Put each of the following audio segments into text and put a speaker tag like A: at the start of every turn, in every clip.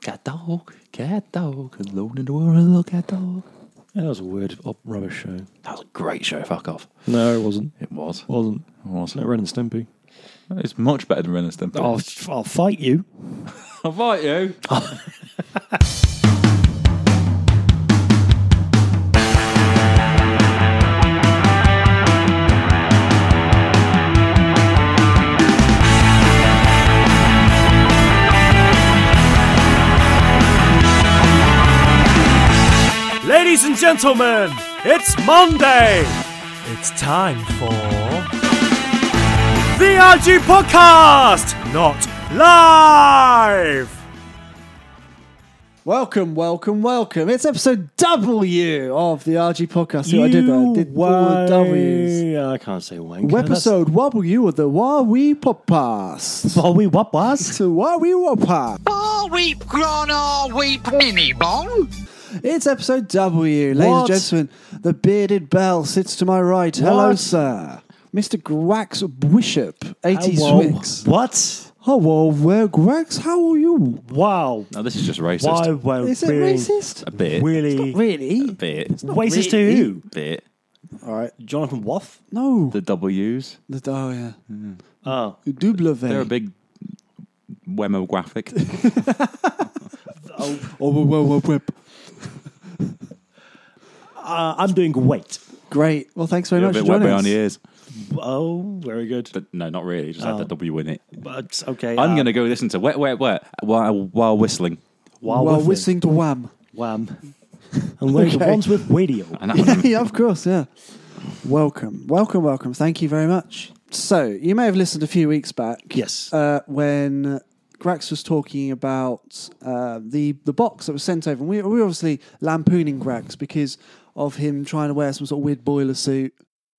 A: Cat dog, cat dog, alone in the world, little cat dog.
B: That was a weird op- rubbish show.
A: That was a great show. Fuck off.
B: No, it wasn't.
A: It was.
B: Wasn't.
A: was.
B: No, Ren and Stimpy.
A: It's much better than Ren and Stimpy.
B: Oh, I'll, I'll fight you.
A: I'll fight you.
C: Ladies and gentlemen, it's Monday. It's time for the RG Podcast, not live.
D: Welcome, welcome, welcome. It's episode W of the RG podcast. See what I did there. I Did all the W's.
B: I can't say wanker.
D: Webisode Wobble You with the Wawee Podcast.
B: Are we what was?
D: So Wawee Woppa.
E: All weep gone, all weep mini bong.
D: It's episode W. Ladies
B: What?
D: and gentlemen, the bearded bell sits to my right. Hello,
B: What?
D: sir. Mr. Grax Bishop, 80 Swix.
B: What?
D: Hello, where Grax? How are you?
B: Wow.
A: No, this is just racist.
B: Why won't
D: Is it
B: we
D: racist?
A: A Uh, bit.
B: really
D: Really?
A: Bit.
B: racist to who?
A: Bit.
D: All right.
B: Jonathan Woff?
D: No.
A: The W's.
D: The, oh, yeah.
B: Oh,
D: Double V.
A: They're a big demographic.
D: Oh, whoa, whoa, whoa, whip.
B: uh, I'm doing great.
D: Great. Well, thanks very
A: They're a
D: much
A: bit
D: for
A: wet
D: joining
A: behind
D: us.
A: the ears.
B: Oh, very good.
A: But no, not really. Just had the W in it.
B: But okay,
A: I'm
B: uh,
A: going to go listen to Wet, Wet, Wet while, while whistling.
B: while
D: well,
B: we're
D: whistling to wham.
B: Wham. And we're the
D: Okay.
B: ones with radio.
A: And that
D: yeah,
A: one-
D: yeah, of course, yeah. Welcome, welcome, welcome. Thank you very much. So, you may have listened a few weeks back.
B: Yes.
D: Uh, when Grax was talking about uh, the, the box that was sent over. And we, we were obviously lampooning Grax because of him trying to wear some sort of weird boiler suit.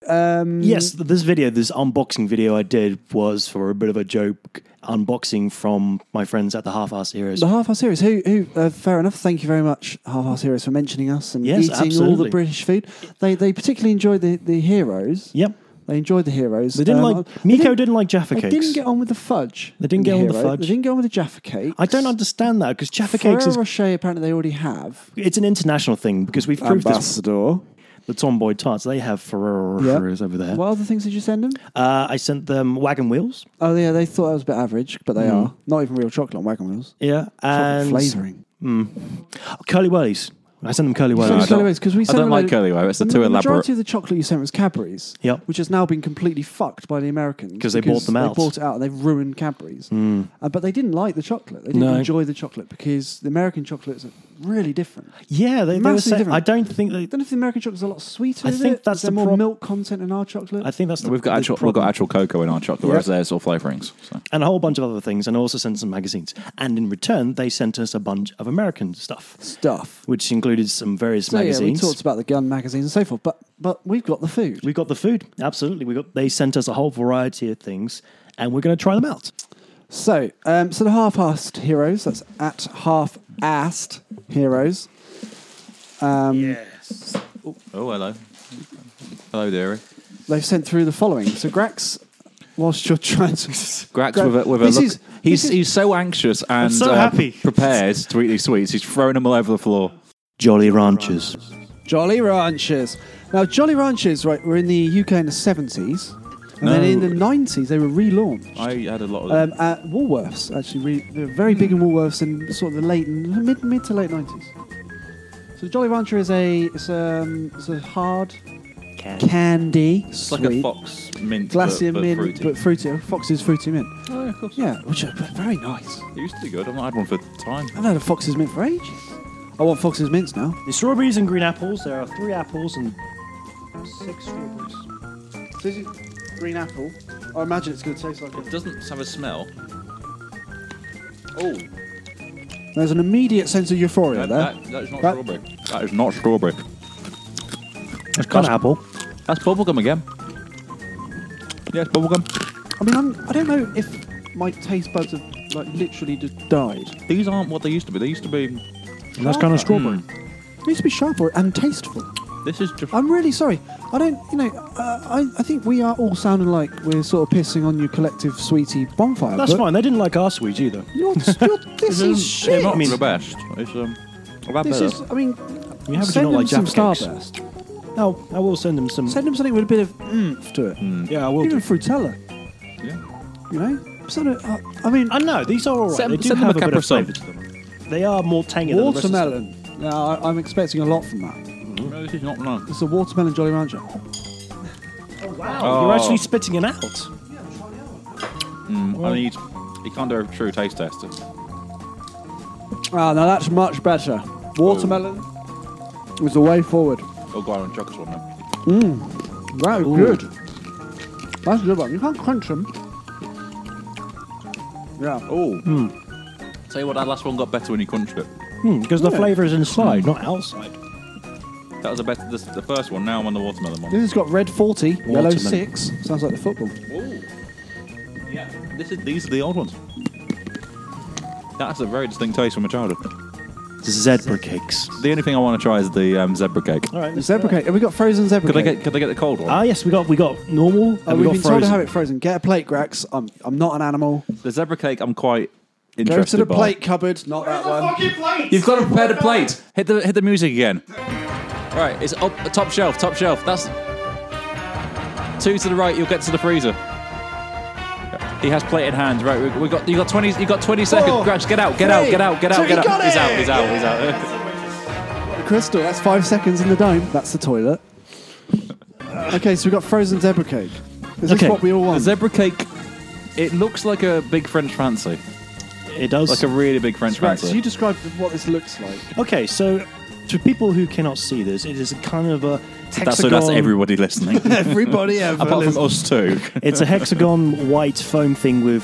D: Um,
B: Yes, th- this video, this unboxing video I did was for a bit of a joke unboxing from my friends at the Half Ass Heroes.
D: The Half Hour Series, who, who uh, fair enough. Thank you very much, Half Hour Series, for mentioning us and
B: Yes,
D: eating all
B: absolutely.
D: the British food. They they particularly enjoyed the, the heroes.
B: Yep.
D: They enjoyed the heroes.
B: They didn't
D: Um,
B: like
D: they
B: Miko
D: didn't-
B: didn't, like Jaffa
D: They
B: cakes.
D: didn't get on with the fudge.
B: They didn't get
D: in
B: on with the
D: Hero.
B: fudge.
D: They didn't get on with the Jaffa cake.
B: I don't understand that because Jaffa
D: Ferrero
B: cakes is
D: Rocher apparently they already have.
B: it's an international thing because we've proved this. The Tomboy Tarts they have Ferrero
D: Yeah.
B: Rochers over there.
D: What other things did you send them?
B: Uh, I sent them wagon wheels.
D: Oh yeah, they thought that was a bit average, but they are not even real chocolate on wagon wheels.
B: Yeah, and
D: Flavoring.
B: curly whirlies. I sent them curly
A: I
B: whirlies.
A: don't-
D: because we
A: I
D: sent
A: don't
D: them
A: like
D: a-
A: curly whirlies, they're
D: the
A: too
D: ma-
A: elaborate.
D: Majority of the chocolate you sent was Cadbury's,
B: Yep.
D: which has now been completely fucked by the Americans
B: 'Cause they bought them out.
D: They bought it out and they've ruined Cadbury's. Uh, but they didn't like the chocolate. They didn't
B: No.
D: enjoy the chocolate because the American chocolates are really different.
B: yeah, they, they were
D: Massively
B: saying,
D: different.
B: I don't think they.
D: don't know if the American chocolate's a lot sweeter.
B: I
D: is
B: think
D: it?
B: that's
D: Is there
B: the
D: more
B: prob-
D: milk content in our chocolate.
B: I think that's the,
A: We've got
B: the
A: actual, we've
B: problem.
A: got actual cocoa in our chocolate, whereas
D: Yeah.
A: theirs all flavourings. So.
B: and a whole bunch of other things, and also sent some magazines. And in return, they sent us a bunch of American stuff,
D: stuff.
B: which included some various
D: So yeah, we
B: magazines.
D: talked about the gun magazines and so forth, but but we've got the food.
B: we got the food, absolutely. We got they sent us a whole variety of things, and we're going to try them out.
D: So um, so the half-assed heroes. That's at half-assed heroes. Um,
A: Oh, hello. Hello, dearie.
D: They've sent through the following. So Grax, whilst you're trying to
A: Grax
D: Gra-
A: with a, with a
D: this
A: look.
D: is-
A: he's,
D: this is-
A: he's so anxious and
C: so
A: uh,
C: happy.
A: prepared to eat these sweets. He's throwing them all over the floor.
B: Jolly Ranchers.
D: Jolly Ranchers. Now, Jolly Ranchers, right, were in the UK in the 70s. And then
A: No.
D: in the 90s, they were relaunched
A: I had a lot of
D: um, at Woolworths, actually. Re- they were very big in Woolworths in sort of the late, mid, mid to late 90s. So Jolly Rancher is a, it's um it's a hard candy.
A: It's like a fox mint.
D: Glacier
A: but, but
D: mint,
A: fruity.
D: but fruity. Fox's fruity mint.
A: Oh, of course.
D: Yeah, which are very nice.
A: It used to be good. I've not had one for time.
D: I've had a Fox's mint for ages. I want Fox's mints now.
B: The strawberries and green apples. There are three apples and six strawberries.
D: So is it green apple? I imagine it's going to taste like
A: It doesn't have a smell. Oh,
D: There's an immediate sense of euphoria there.
A: that, that, that is not
D: That-
A: strawberry. That is not strawberry.
B: That's kind of apple.
A: That's bubblegum again. Yes, bubblegum.
D: I mean, I'm, I don't know if my taste buds have like literally just died.
A: These aren't what they used to be. They used to be.
B: Mm. Hmm. And that's kind of strawberry.
D: It needs to be sharper and tasteful.
A: This is just.
D: I'm really sorry. I don't, you know, uh, I, I think we are all sounding like we're sort of pissing on your collective sweetie bonfire.
B: That's
D: but
B: fine. They didn't like our sweet either.
D: You're, you're, this
A: They're
D: is shit.
A: not
B: mean-
A: the best. It's um. I've had
D: this
A: better.
D: is, I mean,
B: You happen to
D: send
B: not
D: him
B: like
D: some
B: Jaffa cakes.
D: Starburst.
B: No, I will send them some.
D: Send him something with a bit of oomph to it.
B: yeah, I will.
D: Even
B: Do.
D: Frutella,
A: Yeah.
D: you know? Sort of, uh, I mean,
B: I know these are all right. they
A: Send,
B: do
A: send them a
B: have a, bit
A: Capra
B: of flavour.
A: Sun.
B: to them. They are more tangy than the rest of them.
D: watermelon. Now, I, I'm expecting a lot from that.
A: No, this is not nice.
D: It's a watermelon Jolly Rancher.
B: Wow, you're
A: Oh.
B: actually spitting it out.
A: I need. You can't do a true taste test.
D: Ah, now that's much better. Watermelon was the way forward.
A: Oh god, I'm chocolate one now.
D: That is good. That's a good one. You can't crunch them. Yeah.
A: Oh. Tell you what, that last one got better when you crunched it.
B: Because the
D: Yeah.
B: flavour is inside, not outside.
A: That was the best. This, the first one. Now I'm on the watermelon one.
D: This has got red 40, yellow
B: Watermelon.
D: 6. Sounds like the football.
A: Ooh. Yeah. This is. These are the old ones. That's a very distinct taste from a childhood.
B: Zebra cakes.
A: The only thing I want to try is the um, zebra cake.
B: All right.
D: Zebra cake. Have we got frozen zebra
A: Could I
D: cake?
A: get? Could I get the cold one?
B: Ah, yes, we got we got normal. and
D: Oh,
B: we
D: we've
B: got
D: been told
B: frozen.
D: to have it frozen. Get a plate, Grax. I'm, I'm not an animal.
A: the zebra cake. I'm quite
D: Go to
A: interested.
D: the
A: by.
D: plate cupboard, not that one.
A: You've got to prepare the plate. Hit the hit the music again. Right, it's up top shelf. Top shelf. That's two to the right. You'll get to the freezer. He has plate in hand. Right, we, we got you got twenty. You got twenty seconds.
D: Four,
A: Grabs, get out. Get out. Get out. Get
D: three,
A: out. Get
D: two,
A: out.
D: he
A: He's
D: got
A: out.
D: it!
A: He's out. He's out.
D: Crystal, that's five seconds in the dome. That's the toilet. okay, so we've got frozen zebra cake. Is
B: Okay.
D: this what we all
A: The
D: want?
A: zebra cake. It looks like a big French fancy,
B: It does.
A: like a really big French
D: Grax, you
A: fancy.
D: describe what this looks like.
B: okay, so to people who cannot see this, it is a kind of a hexagon.
A: That's so. That's everybody listening,
D: Everybody ever.
A: apart from us two.
B: It's a hexagon white foam thing with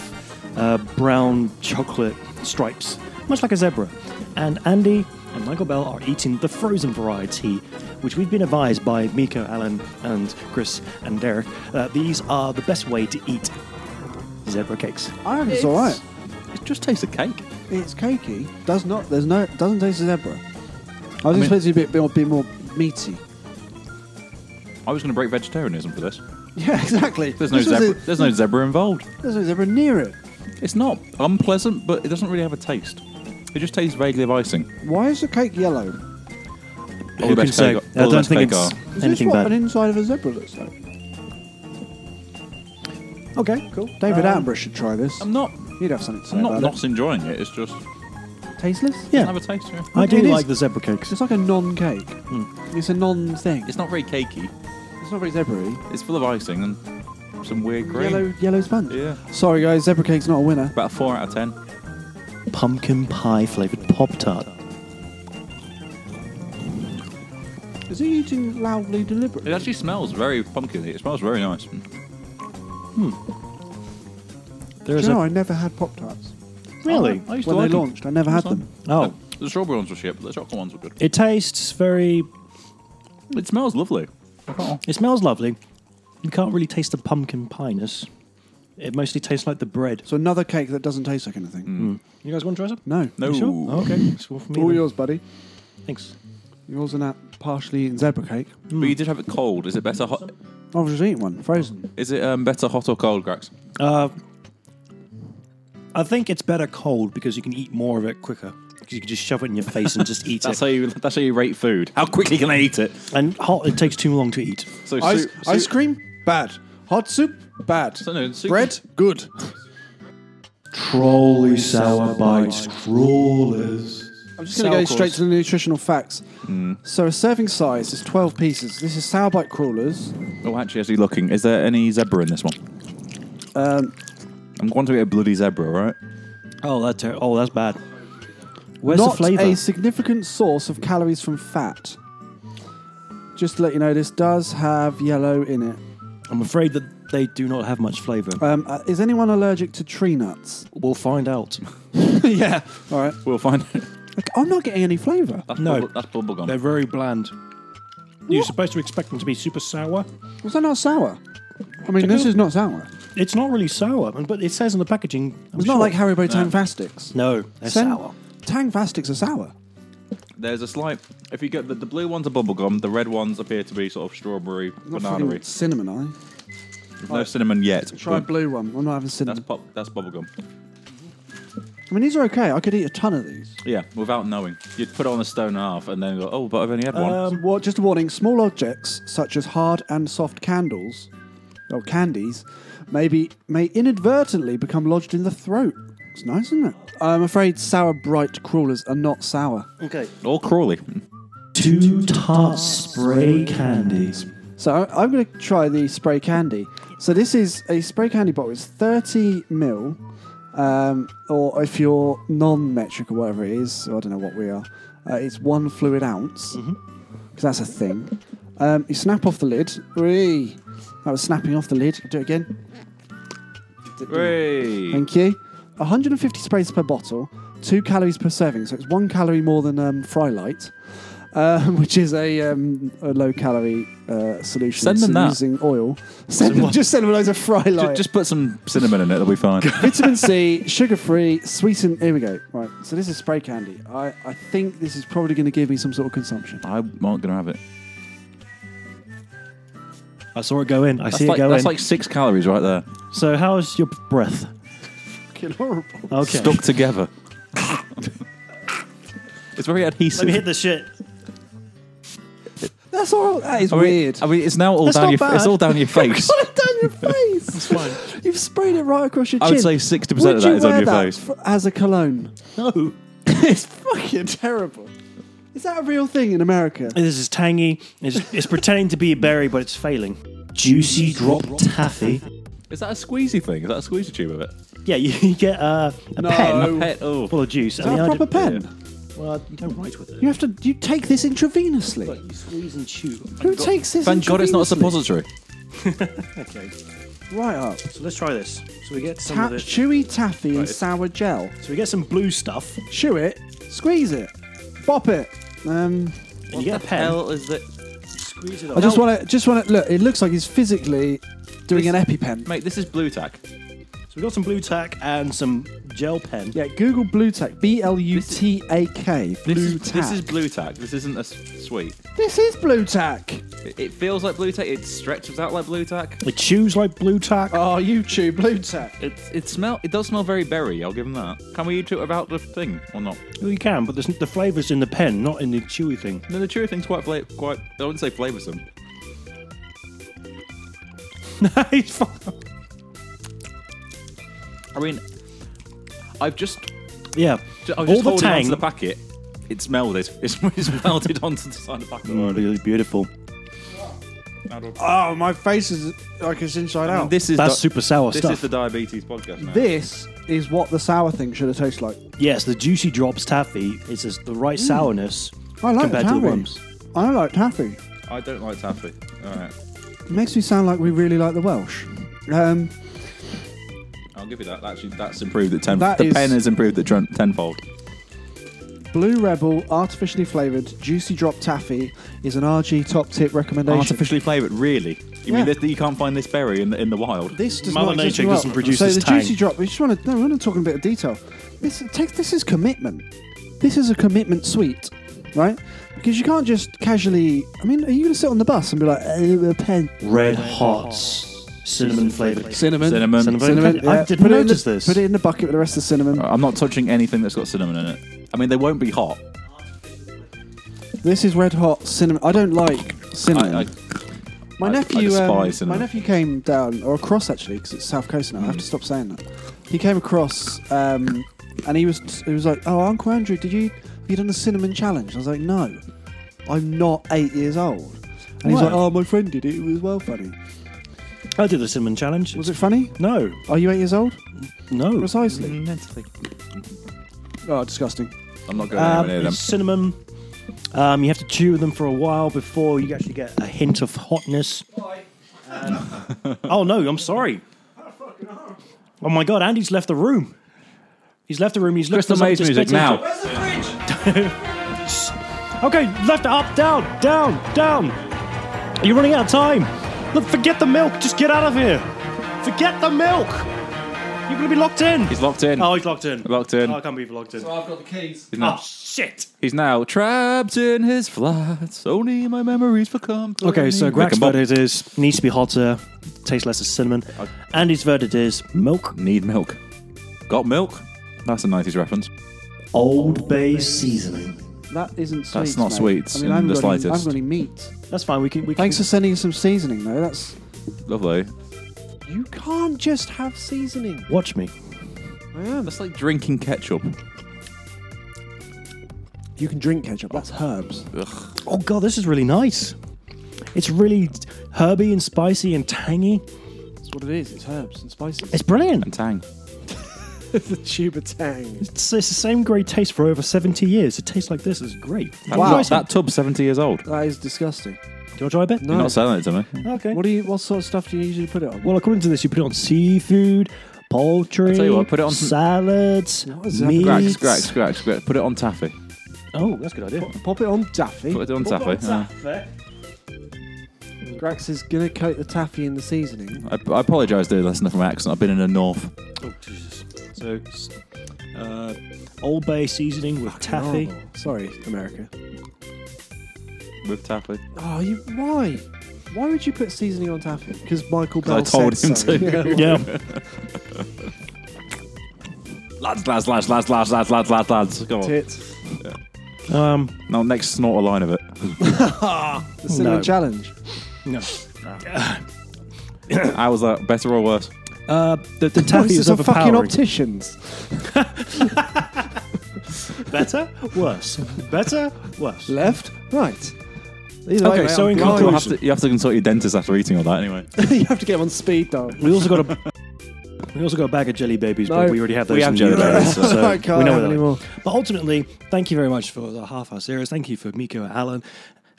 B: uh, brown chocolate stripes, much like a zebra. And Andy and Michael Bell are eating the frozen variety, which we've been advised by Miko, Alan, and Chris and Derek that these are the best way to eat zebra cakes.
D: I reckon it's all right.
A: It just tastes of cake.
D: It's cakey. Does not. There's no. Doesn't taste of zebra. I was
A: mean-
D: expecting it to be more, be more meaty.
A: I was going to break vegetarianism for this.
D: Yeah, exactly.
A: There's no
D: This was
A: zebra.
D: a-
A: There's no zebra involved.
D: there's no zebra near it.
A: It's not unpleasant, but it doesn't really have a taste. It just tastes vaguely of icing.
D: Why is the cake yellow? Is
A: All
B: Who can
A: the best cake-
B: say? I
A: all the
B: don't
A: best
B: think
A: cake
B: it's
D: this
B: anything
D: what an
B: bad.
D: inside of a zebra looks like?
B: Okay, cool.
D: David
B: Um,
D: Attenborough should try this.
A: I'm not.
D: He'd have something to say
A: I'm not
D: about
A: not enjoying it. It's just doesn't
D: it. Tasteless.
B: Yeah,
A: have a taste. Yeah.
B: I do
D: It is-
B: like the zebra cakes.
D: It's like a non-cake. Hmm. It's a non-thing.
A: It's not very cakey.
D: It's not very zebra
A: It's full of icing and some weird cream.
D: Yellow, yellow sponge.
A: Yeah.
D: Sorry, guys, zebra cake's not a winner.
A: About a four out of ten.
B: Pumpkin pie flavored Pop Tart.
D: Is he eating loudly,
A: It
D: deliberately?
A: actually smells very pumpkiny. It smells very nice.
D: Do
B: There's
D: you
B: a.
D: know, I never had Pop Tarts
B: Really?
A: I used
D: when they
A: to like 'em.
D: launched. I never had them.
B: Oh.
A: The strawberry ones were shit, but the chocolate ones were good.
B: It tastes very
A: It smells lovely.
B: It smells lovely. You can't really taste the pumpkin piness. It mostly tastes like the bread.
D: So another cake that doesn't taste like anything.
B: You guys want to try some?
D: No.
A: Mm. No.
B: You sure? Oh, okay. It's all for me.
D: All
B: then.
D: yours, buddy.
B: Thanks.
D: Yours and that partially eaten zebra cake.
A: But you did have it cold. Is it better hot?
D: I've just eaten one, frozen.
A: Is it um, better hot or cold, Grax?
B: Uh, I think it's better cold because you can eat more of it quicker. Because you can just shove it in your face and just eat
A: That's
B: it.
A: how you. That's how you rate food. How quickly can I eat it?
B: And hot, it takes too long to eat.
A: So
D: Ice,
A: soup-
D: ice
A: soup-
D: cream, bad. Hot soup, bad.
A: So no, soup-
D: Bread, good.
B: Trolley sour bites crawlers.
D: I'm just going to go
A: Sourcores.
D: straight to the nutritional facts.
B: Hmm.
D: So a serving size is 12 pieces. This is sour bite crawlers.
A: Oh, actually, as you're looking, is there any zebra in this one?
D: Um,
A: I'm going to get a bloody zebra, right?
B: Oh, that's ter- oh, that's bad. Where's
D: not
B: the flavour?
D: a significant source of calories from fat. Just to let you know, this does have yellow in it.
B: I'm afraid that they do not have much flavour.
D: Um, uh, is anyone allergic to tree nuts?
B: We'll find out.
D: yeah. All right.
A: We'll find it.
D: Look, I'm not getting any flavour.
A: That's
B: No.
A: bubble, that's bubblegum.
B: They're very bland. You're supposed to expect them to be super sour.
D: Was that not sour? I mean, this
B: Tickle.
D: is not sour.
B: It's not really sour, and- but it says in the packaging. I'm
D: It's
B: sure-
D: not like Haribo Tang Fastics.
B: No, they're sour.
D: Tang Fastics are sour.
A: There's a slight. If you get the, the blue ones are bubblegum, the red ones appear to be sort of strawberry,
D: Not
A: banana
D: fucking cinnamon, are they?
A: No cinnamon yet.
D: Try a
A: but
D: blue one. I'm not having
A: That's
D: cinnamon.
A: pop. That's bubblegum.
D: I mean, these are okay. I could eat a ton of these.
A: Yeah, without knowing, you'd put it on a stone half and then go, oh, but I've only had one.
D: Um, well, just a warning: small objects such as hard and soft candles, or candies, maybe may inadvertently become lodged in the throat. It's nice, isn't it? I'm afraid sour bright crawlers are not sour.
B: Okay.
A: or Crawley.
B: Two tart spray candies.
D: So I'm going to try the spray candy. So this is a spray candy bottle. It's 30 mil, um, or if you're non-metric or whatever it is, I don't know what we are. Uh, it's one fluid ounce because that's a thing. Um, you snap off the lid. Whee! That was snapping off the lid. Do it again.
A: Hooray!
D: Thank you. 150 sprays per bottle, two calories per serving, so it's one calorie more than um, Fry Light, um, which is a, um, a low calorie uh, solution.
A: Send them
D: so
A: that.
D: using oil. Send them, just send them loads of Fry
A: Ju-
D: Light.
A: Just put some cinnamon in it, that'll be fine.
D: Vitamin C, sugar free, sweetened. Here we go. Right, so this is spray candy. I, I think this is probably going to give me some sort of consumption.
A: I'm not gonna have it.
B: I saw it go in. I
A: That's,
B: see
A: like,
B: it go
A: that's
B: in.
A: like six calories right there,
B: so, how's your breath?
D: Fucking horrible.
B: Okay.
A: stuck together. it's very
B: Let me
A: adhesive.
B: hit the shit.
D: That's all. That is
A: I mean,
D: weird.
A: I mean, it's now all
D: That's
A: down
D: not
A: your.
D: bad.
A: It's all down your face.
D: Put it down your face. You've sprayed it right across your
A: I
D: chin.
A: would say 60% of
D: Would
A: that
D: you
A: is on
D: wear
A: your
D: that
A: face.
D: f- as a cologne.
B: No.
D: it's fucking terrible. Is that a real thing in America?
B: This is tangy. It's, it's pretending to be a berry, but it's failing. Juicy drop taffy.
A: Is that a squeezy thing? Is that a squeezy tube of it?
B: Yeah, you, you get uh, a
D: No.
B: pen
A: Pet. Oh.
B: full of juice. Is
D: Is that a proper pen?
B: Well, you don't write with it.
D: You have to. You take this intravenously.
B: You squeeze and chew.
D: Who takes this?
A: Thank God it's not a
D: intravenously?
A: suppository.
B: Okay,
D: Right up.
B: so let's try this. So we get some
D: Ta-
B: of this.
D: chewy taffy and
A: it's-
D: sour gel.
B: So we get some blue stuff,
D: Chew it. Squeeze it. Bop it. Um,
B: and you get a pen.
A: is it?
B: Squeeze it
D: I
B: up.
D: just want to. Just want to look. It looks like he's physically doing an EpiPen.
A: Mate, this is blue tack.
B: So we got some blue tack and some gel pen.
D: Yeah. Google BlueTack. B L U T A K.
A: This is,
D: BlueTack.
A: this is blue tack. This isn't a s- sweet.
D: This is BlueTack.
A: It, it feels like blue tack. It stretches out like blue tack.
B: It chews like blue tack.
D: Oh, YouTube BlueTack.
A: It it smell. It does smell very berry. I'll give him that. Can we eat it without the thing or not?
B: Well, you can, but there's, the flavour's in the pen, not in the chewy thing.
A: No, the chewy thing's quite fla- quite. I wouldn't say flavoursome.
B: It's fine.
A: I mean, I've just
B: yeah.
A: I was
B: All
A: just
B: the
A: holding
B: tang.
A: onto the packet. It's melded. It's, it's melded onto the side of the packet.
B: Oh, really beautiful.
D: Oh, my face is like it's inside out. This,
A: This is
B: That's
A: di-
B: super sour
A: This
B: stuff.
A: is the diabetes podcast. Now.
D: this is what the sour thing should have tasted like.
B: Yes, the juicy drops taffy is just the right sourness
D: I like
B: compared to
D: taffy.
B: Mm. the worms.
D: I like taffy.
A: I don't like taffy. All right,
D: It makes me sound like we really like the Welsh. Um,
A: I'll give you that. Actually, that's improved at ten.
D: That
A: the
D: is-
A: pen has improved at tren- tenfold.
D: Blue Rebel artificially flavored juicy drop taffy is an RG top tip recommendation.
A: Artificially flavoured, really? You mean
D: Yeah.
A: that you can't find this berry in the, in the wild?
D: This does
B: Mother
D: not exist
B: Nature
D: in the
B: doesn't
D: wild.
B: produce
D: So
B: this
D: the
B: tang.
D: juicy drop. We just want to. No, we want to talk in a bit of detail. This take. This is commitment. This is a commitment sweet, right? Because you can't just casually. I mean, are you going to sit on the bus and be like, "Uh, a pen,
B: Red hots, cinnamon flavoured.
D: cinnamon,
A: Cinnamon.
D: cinnamon.
B: I
D: yeah.
B: didn't
D: Put it in
B: notice
D: the-
B: this.
D: Put it in the bucket with the rest of the cinnamon.
A: I'm not touching anything that's got cinnamon in it. I mean, they won't be hot.
D: This is red hot cinnamon. I don't like cinnamon.
A: I, I,
D: my
A: I- I
D: nephew,
A: despise
D: um,
A: cinnamon.
D: my nephew came down or across actually because it's South Coast now. I have to stop saying that. He came across um, and he was he was like, "Oh, Uncle Andrew, did you have you done the cinnamon challenge?" I was like, "No, I'm not eight years old." And he's
B: Why?
D: like, "Oh, my friend did it. It was well funny.
B: I did the cinnamon challenge.
D: Was it funny?
B: No,
D: Are you eight years old?
B: no.
D: Precisely. Oh, disgusting.
A: I'm not going
B: Um,
A: anywhere near them.
B: it's cinnamon. Um, you have to chew them for a while before you actually get a hint of hotness. Um, oh no, I'm sorry. Oh my god, Andy's left the room. He's left the room. He's looked
A: Crystal
B: us up
A: Maze music
B: despectively.
A: now.
B: Okay, left, up, down, down, down. You're running out of time. Look, forget the milk. Just get out of here. Forget the milk. You're going to be locked in.
A: He's locked in.
B: Oh, he's locked in.
A: Locked in.
B: Oh, I can't believe he's locked in.
D: I've got the keys.
A: He's
B: Oh,
A: now,
B: shit.
A: he's now trapped in his flats. Only my memories for company.
B: Okay, so
A: Rick
B: Greg's
A: and Bob
B: verdict is needs to be hotter, tastes less of cinnamon. Andy's verdict is milk.
A: need milk. Got milk? That's a 90s reference.
B: Old Bay seasoning.
D: That isn't sweet.
A: That's not
D: mate.
A: sweets
D: I
A: in
D: mean, I haven't
A: the
D: got any- I
A: slightest.
D: haven't got any meat.
B: That's fine. We can. We
D: Thanks
B: can,
D: for sending us some seasoning, though. That's
A: Lovely.
D: you can't just have seasoning.
B: Watch me.
D: I am.
A: That's like drinking ketchup.
D: You can drink ketchup. That's herbs.
B: Oh god, this is really nice. It's really herby and spicy and tangy.
D: That's what it is. It's herbs and spices.
B: It's brilliant.
A: And tang.
D: It's the tuba tang.
B: It's, it's the same great taste for over 70 years. It tastes like this. It's great.
A: That-
D: Wow.
A: That, tub's 70 years old.
D: That is disgusting.
B: Do you want to try a bit?
D: No.
A: You're not selling it to me.
B: Okay.
D: What do you? What sort of stuff do you usually put it on?
B: well, according to this, you put it on seafood, poultry,
A: I tell you what, put it on some-
B: salads,
D: is that?
B: meat.
A: Grax, grax, grax, grax. Put it on taffy.
B: Oh, that's a good idea.
D: Pop it on taffy.
A: Put it on taffy. Uh,
D: Grax is gonna coat the taffy in the seasoning.
A: Uh, I, I apologise, dude. That's not my accent. I've been in the north.
B: So, uh, Old Bay seasoning with taffy.
D: Oh, sorry, America.
A: With taffy.
D: Oh, you why? Why would you put seasoning on taffy? Because Michael Bell
A: I told
D: said
A: him
D: so.
A: to.
D: Yeah.
B: Yeah.
A: Lads, lads, lads, lads, lads, lads, lads, lads, lads. Come on.
D: Tits.
B: um,
A: Now, next snort a line of it.
D: The cinnamon
B: No.
D: challenge.
B: no.
A: I was like, better or worse?
B: Uh, the, the
D: Voices
B: taffy is
D: of fucking
B: overpowering.
D: opticians.
B: Better, worse. Better, worse.
D: Left, right. Either
B: Okay,
D: way,
B: so
D: mate,
B: in
D: I'm blind.
A: You
B: conclusion-
A: have, to, you have to consult your dentist after eating all that anyway.
D: you have to get him on speed dial.
B: We also got a. We also got a bag of jelly babies,
D: No.
B: but we already have those.
A: We have
B: in
A: jelly
B: the UK,
A: babies,
B: so,
A: so-
D: I can't
B: we know
D: have
B: where
D: any
B: they're
D: more.
B: But ultimately, thank you very much for the half hour series. Thank you for Miko and Alan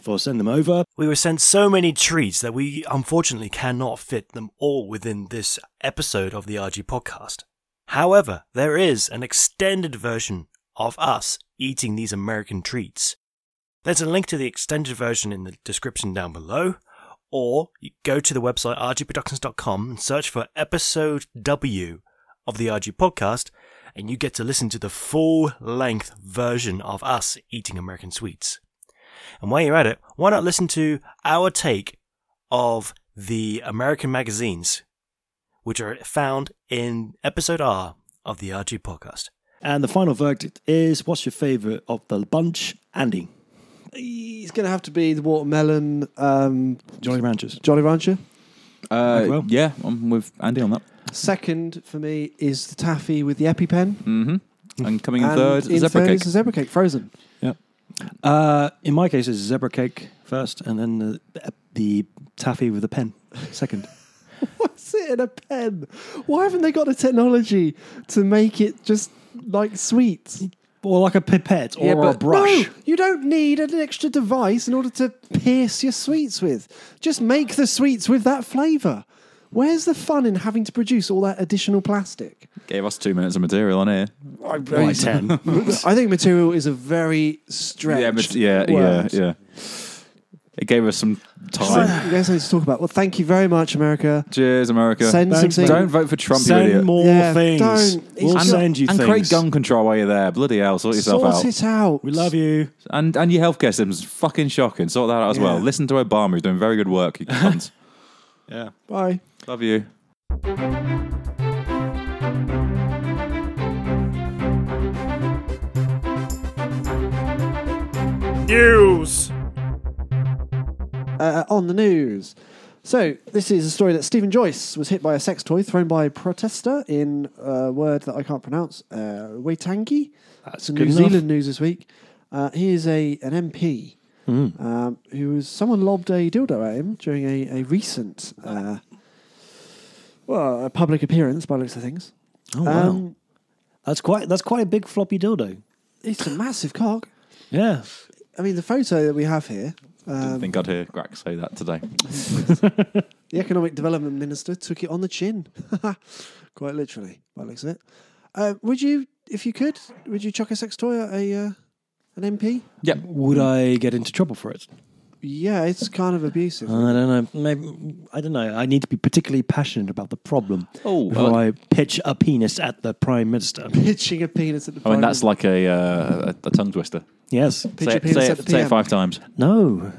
B: for sending them over.
C: We were sent so many treats that we unfortunately cannot fit them all within this episode of the RG podcast. However, there is an extended version of us eating these American treats. There's a link to the extended version in the description down below, or you go to the website rgproductions.com and search for episode W of the RG podcast, and you get to listen to the full length version of us eating American sweets. And while you're at it, why not listen to our take of the American magazines, which are found in episode R of the RG podcast.
B: And the final verdict is: What's your favourite of the bunch, Andy?
D: He's going to have to be the watermelon um,
B: Jolly Ranchers.
D: Jolly Rancher.
A: Uh,
B: well.
A: Yeah, I'm with Andy on that.
D: Second for me is the taffy with the EpiPen.
A: And coming in
D: And
A: Mm, third,
D: in
A: zebra
D: third
A: cake.
D: is the zebra cake, frozen.
B: Uh, in my case, it's zebra cake first, and then the, the taffy with a pen second.
D: What's it in a pen? Why haven't they got the technology to make it just like sweets?
B: Or like a pipette or a brush.
D: No, you don't need an extra device in order to pierce your sweets with. Just make the sweets with that flavour. Where's the fun in having to produce all that additional plastic?
A: Gave us two minutes of material on here.
D: I,
B: Like 10.
D: I think material is a very stretched
A: Yeah, but, yeah,
D: word.
A: yeah, yeah. It gave us some time.
D: You guys need to talk about. Well, thank you very much, America.
A: Cheers, America.
D: Send
B: Thanks,
D: something.
A: Don't vote for Trump, you
B: send
A: idiot.
B: more
D: Yeah,
B: things.
D: don't. It's
B: We'll
D: not-
B: send you
A: and
B: things.
A: create gun control while you're there. Bloody hell, sort yourself
D: Sort
A: out.
D: it out.
B: We love you.
A: And and your healthcare system's fucking shocking. Sort that out as well.
D: Yeah.
A: Listen to Obama, he's doing very good work. You cunt.
B: Yeah.
D: Bye.
A: Love you.
C: News!
D: Uh, on the news. So, this is a story that Stephen Joyce was hit by a sex toy thrown by a protester in a word that I can't pronounce, uh, Waitangi. That's New
B: good enough.
D: Zealand news this week. Uh, he is a an MP
B: Hmm.
D: um, who was someone lobbed a dildo at him during a, a recent, uh, well, a public appearance by the looks of things. Um,
B: Oh wow. that's quite that's quite a big floppy dildo.
D: it's a massive cock.
B: Yeah.
D: I mean, the photo that we have here, Um,
A: Didn't think I'd hear Grax say that today.
D: the economic development minister took it on the chin, quite literally, by the looks of it. Uh, would you, if you could, would you chuck a sex toy at a uh, an MP?
A: Yep.
B: Would I get into trouble for it?
D: Yeah, it's kind of abusive.
A: Uh,
B: I don't know. Maybe I don't know. I need to be particularly passionate about the problem
A: Oh,
B: before
A: well-
B: I pitch a penis at the prime minister.
D: Pitching a penis at the
A: I
D: Prime
A: mean, that's
D: Minister.
A: like a, uh, a, a tongue twister.
B: yes.
D: Pitch
A: say
D: a
A: it,
D: penis
A: say
D: at
A: it,
D: the
A: say
D: PM.
A: it five times.
B: No.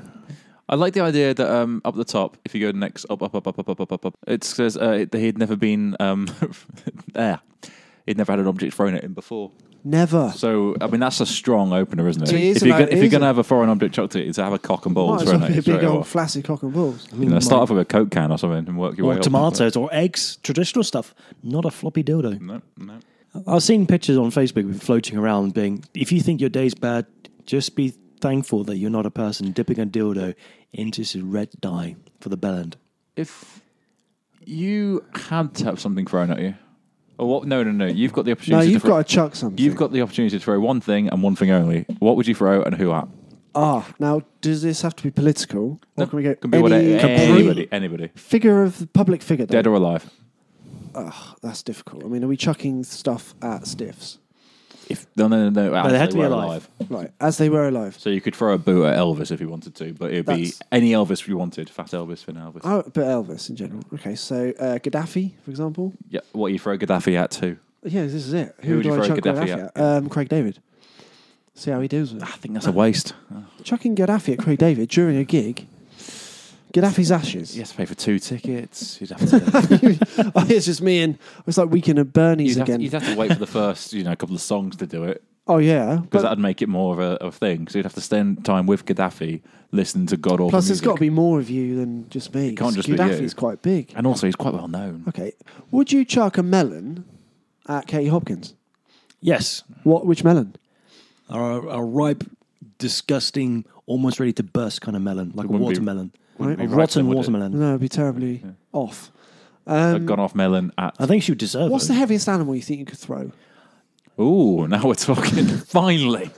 A: I like the idea that um, up the top, if you go next up, up, up, up, up, up, up, up, up, it says uh, that he'd never been um, there. He'd never had an object thrown at him before.
D: Never.
A: So I mean, that's a strong opener, isn't it?
D: It is
A: if you're,
D: an-
A: gonna, if
D: it
A: you're
D: is
A: going to
D: a-
A: have a foreign object chucked at you, to have a cock and ball
D: Might as well
A: thrown at
D: be
A: you.
D: a big
A: straight
D: old
A: off.
D: flaccid cock and balls.
B: I
A: You know,
B: my-
A: start off with a coke can or something and work your way
B: or
A: up.
B: tomatoes or eggs, traditional stuff, not a floppy dildo.
A: No, no.
B: I've seen pictures on Facebook floating around being, if you think your day's bad, just be thankful that you're not a person dipping a dildo into this red dye for the band.
A: If you had to have something thrown at you, or what? No, no, no. You've got the
D: No,
A: opportunity.
D: you've
A: to throw,
D: got to chuck something.
A: You've got the opportunity to throw one thing and one thing only. What would you throw and who at?
D: Ah, now does this have to be political? Or can we go
A: Can be
D: any,
A: whatever.
D: any
A: Anybody, anybody,
D: figure of the public figure? Though?
A: dead or alive.
D: That's difficult. I mean, are we chucking stuff at stiffs?
A: No, no, no, no. as
B: they had to be
A: were
B: alive.
D: Right, as they were alive.
A: So you could throw a boot at Elvis if you wanted to, but it'd be
D: That's-
A: any Elvis you wanted. Fat Elvis, Thin Elvis.
D: Oh, but Elvis in general. Okay, so uh, Gaddafi, for example.
A: yeah, what you throw Gaddafi at too?
D: Yeah, this is it.
A: Who
D: Who,
A: would
D: do
A: you
D: I
A: throw
D: chuck
A: Gaddafi
D: Gaddafi,
A: at?
D: at? Um, Craig David. See how he deals with it.
A: I think that's a waste. Oh,
D: Chucking Gaddafi at Craig David during a gig. Gaddafi's ashes. Oh,
A: you have to pay for two tickets. You'd have to.
D: it's just me and it's like Weekend at Bernie's
A: you'd, have
D: again.
A: to you'd have to wait for the first, you know, couple of songs to do it.
D: oh yeah,
A: because
D: But
A: that'd make it more of a, of a thing. So you'd have to spend time with Gaddafi, listen to God awful.
D: plus it's
A: music.
D: got to be more of you than just me.
A: can't
D: 'cause
A: just be
D: Gaddafi's
A: you.
D: quite big.
A: And also, he's quite well known.
D: Okay, would you chuck a melon at Katie Hopkins?
B: Yes.
D: What? Which melon?
B: A, a ripe, disgusting, almost ready to burst kind of melon, like a
A: wouldn't be-
B: watermelon.
A: Wouldn't
B: A
A: be right
B: rotten
A: then, would it?
B: watermelon.
D: No, it'd be terribly off.
A: A gone off melon at.
B: I think she would deserve
D: What's
B: it.
D: the heaviest animal you think you could throw?
A: Ooh, now we're talking. Finally,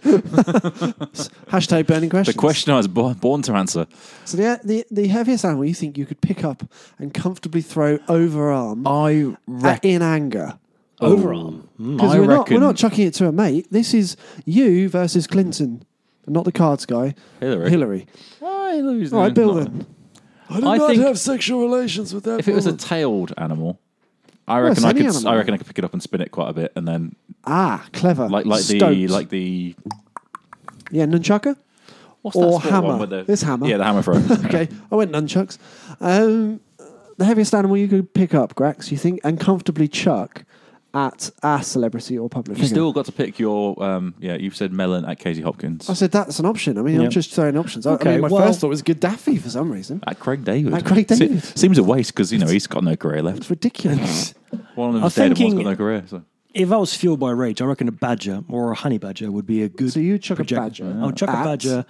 D: Hashtag burning
A: the
D: question.
A: question I was bo- born to answer.
D: So the, the the heaviest animal you think you could pick up and comfortably throw over arm
A: I
D: at-
A: reckon.
D: in anger.
B: Overarm.
D: Oh. Because
A: Hmm. I
D: we're not
A: reckon-
D: we're not chucking it to a mate. This is you versus Clinton, not the cards guy.
A: Hillary.
D: Hillary. All right, Bill. Then I
A: I not think- have
D: sexual relations with that.
A: If it was a tailed animal, I
D: Well, it's
A: reckon I
D: any
A: could. s-
D: animal.
A: I reckon I could pick it up and spin it quite a bit, and then
D: ah, clever.
A: like like the
D: Stoked.
A: like the
D: yeah, nunchucker.
A: what's
D: Or
A: that sport
D: hammer.
A: One with the,
D: It's hammer.
A: Yeah, the hammer throw.
D: Okay, I went nunchucks. Um, the heaviest animal you could pick up, Grax, you think, and comfortably chuck at a celebrity or public
A: You
D: figure.
A: still got to pick your. Um, yeah, you've said melon at Casey Hopkins.
D: I said that's an option. I mean,
B: Yeah.
D: I'm just throwing options. I-
B: Okay,
D: I mean, my
B: well-
D: first thought was Gaddafi for some reason.
A: At Craig David.
D: At Craig
A: Se-
D: David.
A: seems a waste because you know he's got no career left.
D: It's ridiculous.
A: One of
B: I'm
A: them's dead and one's got
B: thinking-
A: no career. So.
B: If I was fueled by rage, I reckon a badger or a honey badger would be a good.
D: So you chuck a badger
B: I'll chuck
D: Uh, at-
B: a Oh, badger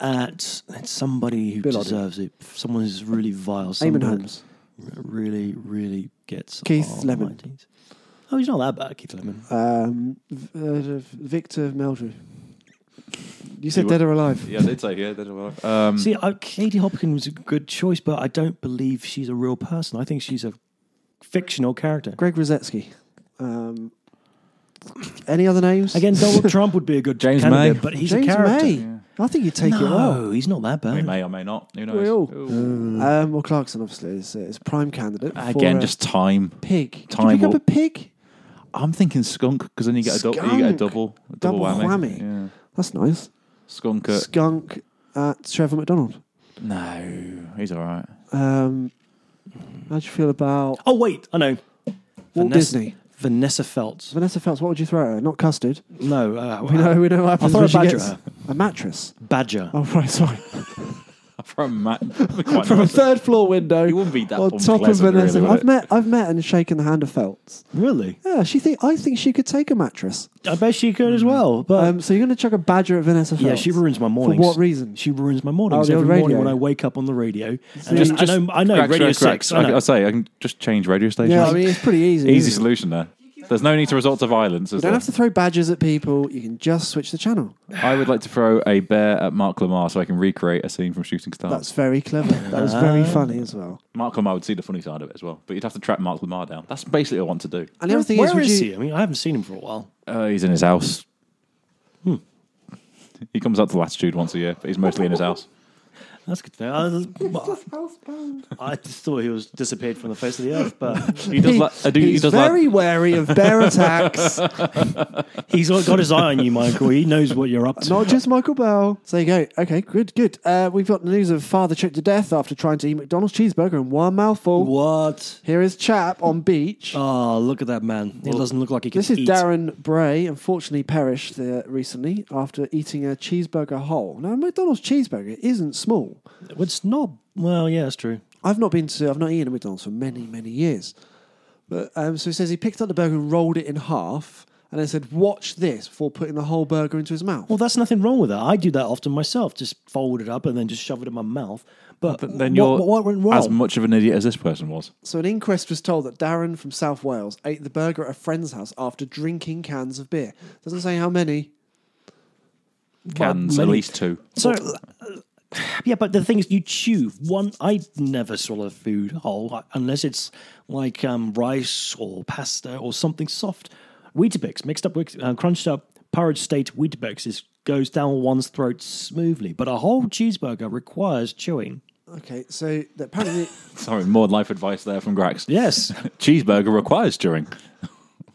B: at, at somebody who
D: Bin Laden.
B: deserves it. Someone who's really vile.
D: Eamon
B: Someone
D: Holmes.
B: that Really, really gets
D: Keith
B: on
D: Lemon.
B: my teeth. Oh, he's not that bad, Keith Lemon.
D: Um, v- uh, Victor Meldrew. You said
A: You
D: dead or alive.
A: Yeah, they'd say yeah, they'd have. Um,
B: See, uh, Katie Hopkins was a good choice, but I don't believe she's a real person. I think she's a fictional character.
D: Greg Rosetsky. Um, any other names?
B: Again, Donald Trump would be a good
A: James
B: candidate,
A: May.
B: but he's
D: James
B: a character.
D: May. I think you'd take it well.
B: No, he's not that
A: we
B: bad.
A: may or may not. Who knows?
D: We all.
A: Ooh.
D: Um, well, Clarkson obviously is, uh, is prime candidate. for,
A: Again,
D: uh,
A: just time.
D: pig. Could
A: time
D: you pick up
A: will-
D: a pig?
A: I'm thinking skunk because then you get a double. You get a
D: Skunk.
A: double, a double,
D: Double
A: whammy.
D: whammy.
A: Yeah.
D: That's nice.
A: Skunk. At,
D: Skunk at Trevor McDonald.
A: no, he's all right.
D: Um, how do you feel about
B: Oh wait, I know.
D: Walt
B: Vanessa-
D: Disney?
B: Vanessa Feltz.
D: Vanessa Feltz, what would you throw at her? Not custard.
B: No, uh,
D: We know, we know what happens
B: throw
D: when
B: a
D: she
B: badger
D: gets
B: at
D: a mattress.
B: badger.
D: Oh, right, sorry.
A: From Matt. quite
D: From a
A: nice.
D: third floor window.
A: You wouldn't be that
D: on top of
A: unpleasant,
D: Vanessa.
A: really, would
D: I've
A: it?
D: met, I've met and shaken the hand of Feltz.
B: Really?
D: Yeah, she think I think she could take a mattress.
B: I bet she could as well. But
D: Um, so you're going to chuck a badger at Vanessa Feltz?
B: yeah, she ruins my mornings.
D: For what reason? Oh,
B: She ruins my mornings
D: the
B: every
D: old
B: morning
D: radio.
B: when I wake up on the radio. And
A: Just-
B: I
A: just-
B: know, I know
A: cracks,
B: Radio
A: cracks,
B: Six.
A: cracks.
B: I
A: I,
B: know.
A: will say I can just change radio stations.
D: Yeah, I mean it's pretty easy.
A: easy
D: isn't it?
A: solution there. There's no need to resort to violence. Is
D: You don't
A: there?
D: have to throw badgers at people. You can just switch the channel.
A: I would like to throw a bear at Mark Lamar so I can recreate a scene from Shooting Stars.
D: That's very clever. That was very funny as well.
A: Mark Lamar would see the funny side of it as well, but you'd have to track Mark Lamar down. That's basically what I want to do.
D: And the other thing
B: Where
D: is, would
B: is
D: you,
B: he? I mean, I haven't seen him for a while.
A: Uh, he's in his house.
D: Hmm.
A: He comes up to Latitude once a year, but he's mostly in his house.
B: That's good to know. I, was- I just thought he was disappeared from the face of the earth, but he
A: does
D: He-
A: like- I do- he
D: he's
A: does like-
D: very wary of bear attacks.
B: has got got his eye on you, Michael. He knows what you're up to.
D: Not just Michael Bell. So there you go. Okay, good, good. Uh, we've got news of father choked to death after trying to eat McDonald's cheeseburger in one mouthful.
B: what?
D: Here is chap on beach.
B: Oh, look at that man. It doesn't look like he can
D: This is
B: eat.
D: Darren Bray, unfortunately perished uh, recently after eating a cheeseburger whole. Now, McDonald's cheeseburger isn't small.
B: It's not. Well, yeah, it's true.
D: I've not been to, I've not eaten at McDonald's for many, many years. But um, so he says he picked up the burger and rolled it in half, and then said, "Watch this!" before putting the whole burger into his mouth.
B: Well, that's nothing wrong with that. I do that often myself. Just fold it up and then just shove it in my mouth. But,
A: Then
B: what-
A: you're
B: what, what went wrong?
A: as much of an idiot as this person was.
D: So an inquest was told that Darren from South Wales ate the burger at a friend's house after drinking cans of beer. Doesn't say how many.
A: Cans, at
B: many-
A: least two.
B: So, uh, yeah, but the thing is, you chew one. I never swallow food whole like, unless it's like um, rice or pasta or something soft. Weetabix mixed up, with, uh, crunched up, porridge state Weetabix is goes down one's throat smoothly. But a whole cheeseburger requires chewing.
D: Okay, so apparently
A: Sorry, more life advice there from Grax.
B: Yes,
A: Cheeseburger requires chewing.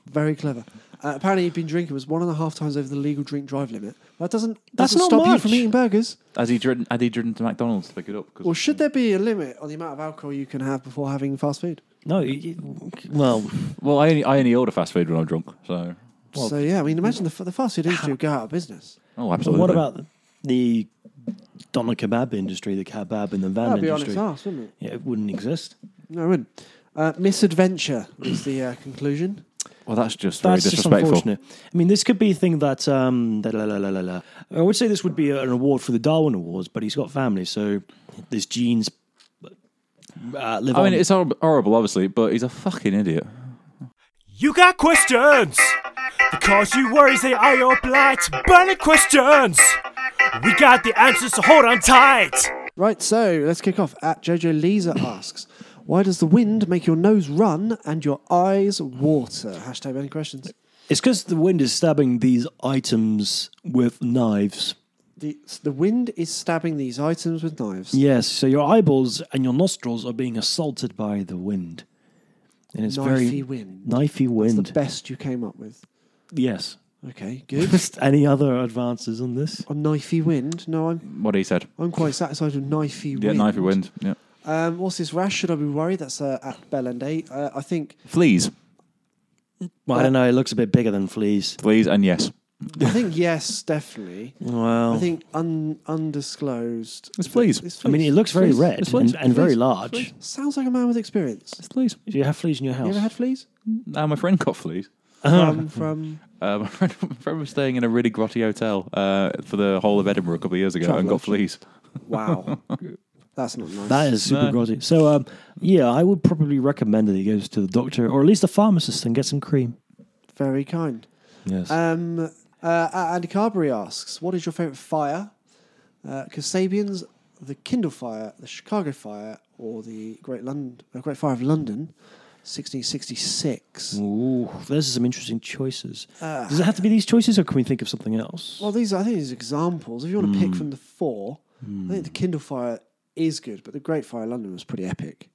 D: Very clever. Uh, apparently, he'd been drinking was one and a half times over the legal drink drive limit. That doesn't
B: That's
D: doesn't
B: not
D: stop you
B: much.
D: from eating burgers.
A: Has he driven? Had he driven to McDonald's to pick it up? 'Cause-
D: Well, should there be a limit on the amount of alcohol you can have before having fast food?
B: no. y- y- Well,
A: well, I only I only order fast food when I'm drunk. So, Oh,
D: so yeah, I mean, imagine the, f- the fast food industry would go out of business.
A: oh, absolutely.
B: what about the doner kebab industry, the kebab and the van
D: That'd be on its
B: industry?
D: ass, wouldn't it?
B: Yeah, it wouldn't exist.
D: No, it wouldn't. Uh, misadventure is the uh, conclusion.
A: Well, that's just very disrespectful.
B: Just unfortunate. I mean, this could be a thing that um, da- la, la, la, la, la. I would say this would be an award for the Darwin Awards, but he's got family, so his genes uh, live
A: I
B: on.
A: mean, it's hor- horrible, obviously, but he's a fucking idiot.
C: You got questions! Because you worries they are your blight. Burning questions! We got the answers, so hold on tight!
D: Right, so let's kick off. At Jojo Lisa asks, "Why does the wind make your nose run and your eyes water?" Hashtag any questions.
B: it's because the wind is stabbing these items with knives.
D: The the wind is stabbing these items with knives.
B: Yes, so your eyeballs and your nostrils are being assaulted by the wind, and it's very
D: Knifey wind.
B: knifey
D: It's
B: wind.
D: the best you came up with.
B: yes.
D: Okay, good.
B: Just any other advances on this?
D: On knifey wind. No, I'm
A: What he said.
D: I'm quite satisfied with knifey wind.
A: Yeah, knife your wind. Yeah,
D: Um, what's this rash? Should I be worried? That's uh, at Bell and Eight. Uh, I think
A: fleas,
B: Well, I don't know. It looks a bit bigger than fleas.
A: fleas, and yes,
D: I think yes, definitely.
B: Well,
D: I think un, undisclosed.
A: it's fleas.
D: It's
B: I mean, it
D: fleas.
B: looks very
A: Fleas.
B: red
A: It's fleas.
B: and, and very
A: Fleas.
B: large.
A: Fleas.
D: Sounds like a man with experience.
A: It's fleas.
B: Do you have fleas in your
D: You
B: house?
D: ever had fleas?
A: Now my friend got fleas.
B: Uh-huh.
D: From from
A: Uh, my, friend, my friend was staying in a really grotty hotel uh, for the whole of Edinburgh a couple of years ago and got
D: Travelodge.
A: fleas.
D: wow, that's not nice.
B: that is super
A: No.
B: grotty. So, um, yeah, I would probably recommend that he goes to the doctor or at least a pharmacist and get some cream.
D: very kind.
B: Yes.
D: Um, uh, uh, Andy Carberry asks, "What is your favourite fire? Uh, Kasabian's, the Kindle Fire, the Chicago Fire, or the Great London, the Great Fire of London, 1666."
B: Ooh, those are some interesting choices. Does it have to be these choices or can we think of something else?
D: Ah. Well, these I think these are examples. If you want to
B: Hmm.
D: pick from the four, I think the Kindle Fire is good, but the Great Fire of London was pretty epic.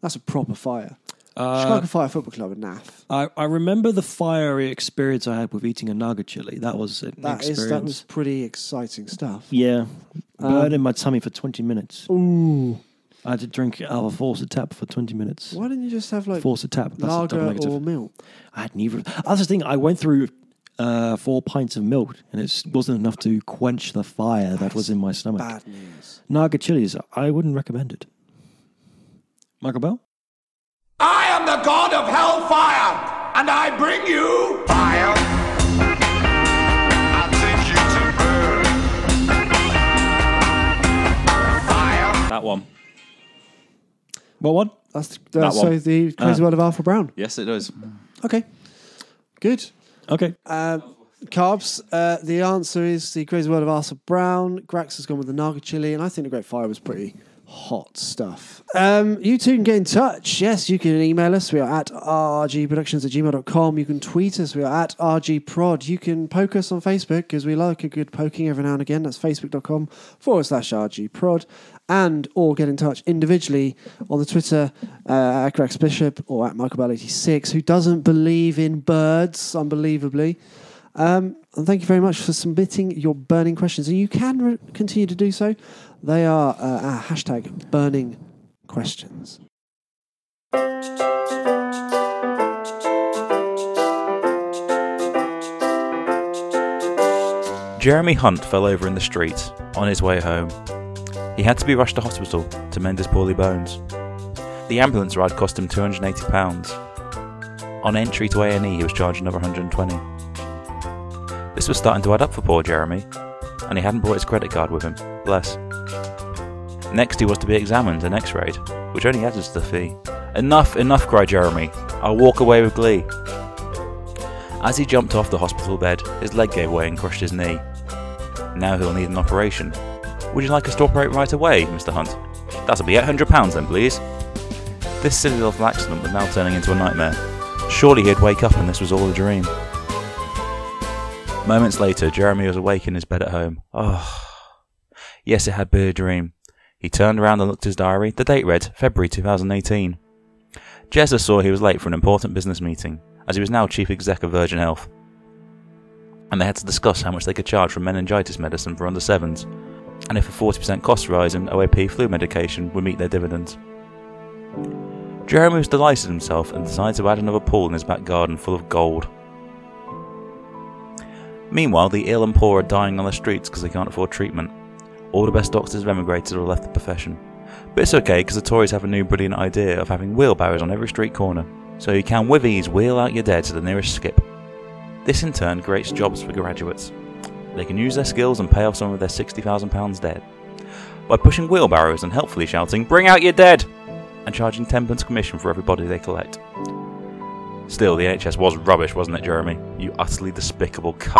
D: That's a proper fire.
B: Uh,
D: Chicago Fire Football Club and naff.
B: I, I remember the fiery experience I had with eating a naga chili. That was an
D: That
B: experience.
D: is that was Ah. pretty exciting stuff.
B: yeah. Burned in my tummy for 20 minutes. Ooh. I had to drink out of a Forster tap for 20 minutes.
D: Why didn't you just have like
B: Forster tap. That's a double
D: lager
B: negative.
D: or milk?
B: I had neither. That's the thing. I went through uh, four pints of milk, and it wasn't enough to quench the fire that was in my stomach.
D: Bad news.
B: Naga chilies. I wouldn't recommend it. Michael Bell.
F: I am the god of hellfire, and I bring you fire. I take you to burn. Fire.
A: That one.
B: What one? Uh.
D: That's the, that's so
A: one.
D: the crazy world of Alpha Brown.
A: Yes, it does.
D: Okay, good.
B: Okay.
D: Um, carbs. Uh, the answer is the crazy world of Arthur Brown. Grax has gone with the Naga chili, and I think the Great Fire was pretty hot stuff. Um, you two can get in touch. Yes, you can email us. We are at rgproductions at gmail.com. You can tweet us. We are at rgprod. You can poke us on Facebook because we like a good poking every now and again. That's facebook.com forward slash rgprod. And or get in touch individually on the Twitter uh, at Grex Bishop or at MichaelBell86, who doesn't believe in birds, unbelievably. Um, and thank you very much for submitting your burning questions. And you can re- continue to do so. They are uh, our hashtag burning questions.
G: Jeremy Hunt fell over in the street on his way home. He had to be rushed to hospital to mend his poorly bones. The ambulance ride cost him £280. On entry to A&E, he was charged another 120. This was starting to add up for poor Jeremy, and he hadn't brought his credit card with him. Bless. Next, he was to be examined and x-rayed, which only added to the fee. Enough, enough, cried Jeremy. I'll walk away with glee. As he jumped off the hospital bed, his leg gave way and crushed his knee. Now he'll need an operation. Would you like us to operate right away, Mr. Hunt? That'll be £800 then, please. This silly little accident was now turning into a nightmare. Surely he'd wake up and this was all a dream. Moments later, Jeremy was awake in his bed at home. Oh, yes, it had been a dream. He turned around and looked at his diary. The date read February 2018. Jezza saw he was late for an important business meeting, as he was now chief exec of Virgin Health. And they had to discuss how much they could charge for meningitis medicine for under sevens, and if a 40% cost rise in OAP flu medication would meet their dividends. Jeremy was delighted himself and decided to add another pool in his back garden full of gold. Meanwhile, the ill and poor are dying on the streets because they can't afford treatment. All the best doctors have emigrated or left the profession. But it's okay because the Tories have a new brilliant idea of having wheelbarrows on every street corner, so you can with ease wheel out your dead to the nearest skip. This in turn creates jobs for graduates. They can use their skills and pay off some of their £60,000 debt by pushing wheelbarrows and helpfully shouting, Bring out your dead! and charging 10 pence commission for every body they collect. Still, the NHS was rubbish, wasn't it, Jeremy? You utterly despicable c.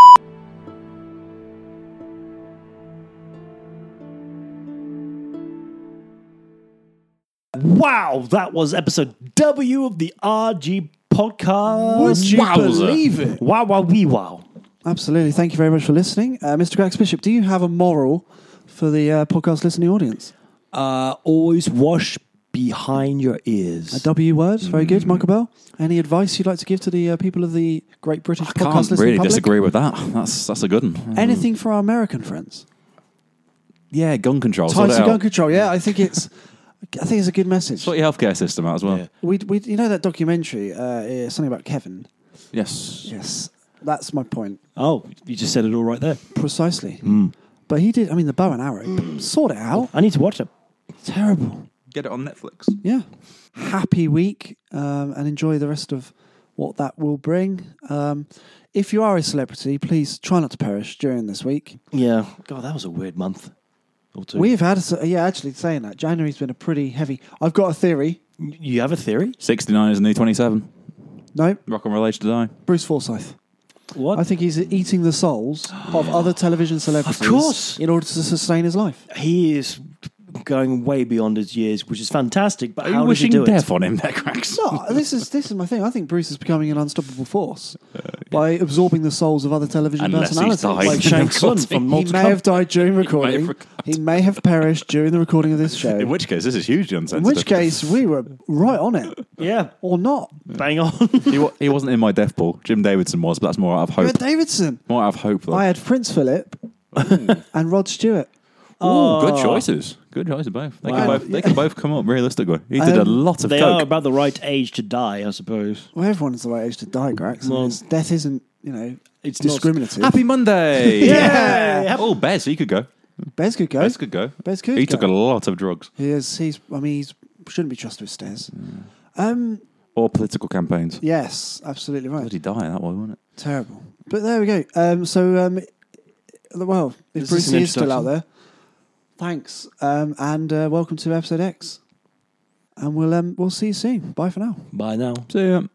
B: Wow, that was episode W of the RG podcast.
D: Would you believe it?
B: Wow, wow, wee wow.
D: Absolutely. Thank you very much for listening. Uh, Mr. Grax Bishop, do you have a moral for the uh, podcast listening audience?
B: Uh, always wash behind your ears.
D: A W word. Very good. Michael Bell, any advice you'd like to give to the uh, people of the Great British
A: I
D: Podcast
A: can't
D: Listening
A: really
D: Public?
A: disagree with that. That's that's a good one.
D: Anything for our American friends?
A: Yeah, gun control. sort it
D: Tighter
A: out.
D: gun control. Yeah, I think it's. I think it's a good message.
A: Sort your healthcare system out as well.
B: Yeah.
D: We, we, you know that documentary, uh, uh, something about Kevin.
A: Yes.
D: Yes, that's my point
B: oh, you just said it all right there.
D: precisely. But he did. I mean, the bow and arrow sort it out.
B: I need to watch it.
D: Terrible.
A: Get it on Netflix.
D: Yeah. Happy week, um, and enjoy the rest of what that will bring. Um, if you are a celebrity, please try not to perish during this week.
B: Yeah. God, that was a weird month or two.
D: We've had, a, s- yeah, actually saying that January's been a pretty heavy. I've got a theory.
B: You have a theory?
A: 69 is the new 27.
D: No,
A: Rock and roll age to die.
D: Bruce Forsyth.
B: What?
D: I think he's eating the souls of other television celebrities,
B: course.
D: in order to sustain his life.
B: he is going way beyond his years, which is fantastic. But how
A: Are you
B: does he
A: wishing
B: do
A: death
B: it?
A: on him there, Cracks?
D: No, this is this is my thing. I think Bruce is becoming an unstoppable force by absorbing the souls of other television
A: Uh, Unless he's
D: personalities.
A: died.
B: Like Shang Tsung from
D: he
B: Mortal
D: may have died during recording.
A: recorded.
D: He may have perished during the recording of this show.
A: In
D: In which,
A: which case, this is hugely unsensitive.
D: case, we were right on it,
B: Yeah.
D: or not.
B: Bang on.
A: he, wa- he wasn't in my death pool. Jim Davidson was, but that's more out of hope.
D: But Davidson,
A: More out of hope, though.
D: I had Prince Philip and Rod Stewart.
A: Ooh, good choices. Good choices both. They can
D: Wow.
A: both. They can both come up realistically. He did a lot of
B: they are
A: coke.
B: about the right age to die, I suppose.
D: Well, everyone's the right age to die, Grax.
B: Well-
D: It's- death isn't, you know,
B: It's not-
D: discriminative.
A: Happy Monday.
B: Yeah.
A: Oh, Bez, he could go.
D: Bez could go.
A: Bez could go.
D: Bez could
A: He
D: go.
A: took a lot of drugs
D: He is. He's. I mean, he's shouldn't be trusted with stairs.
A: Mm.
D: Um.
A: or political campaigns.
D: Yes. Absolutely right.
A: Bloody die that way, wasn't it?
D: Terrible. But there we go. Um, so, um, well, if
B: Is this
D: Bruce
B: an
D: is still out
B: introduction?
D: there, thanks um, and uh, welcome to episode X. And we'll um, we'll see you soon. Bye for now.
B: By now.
A: So yeah.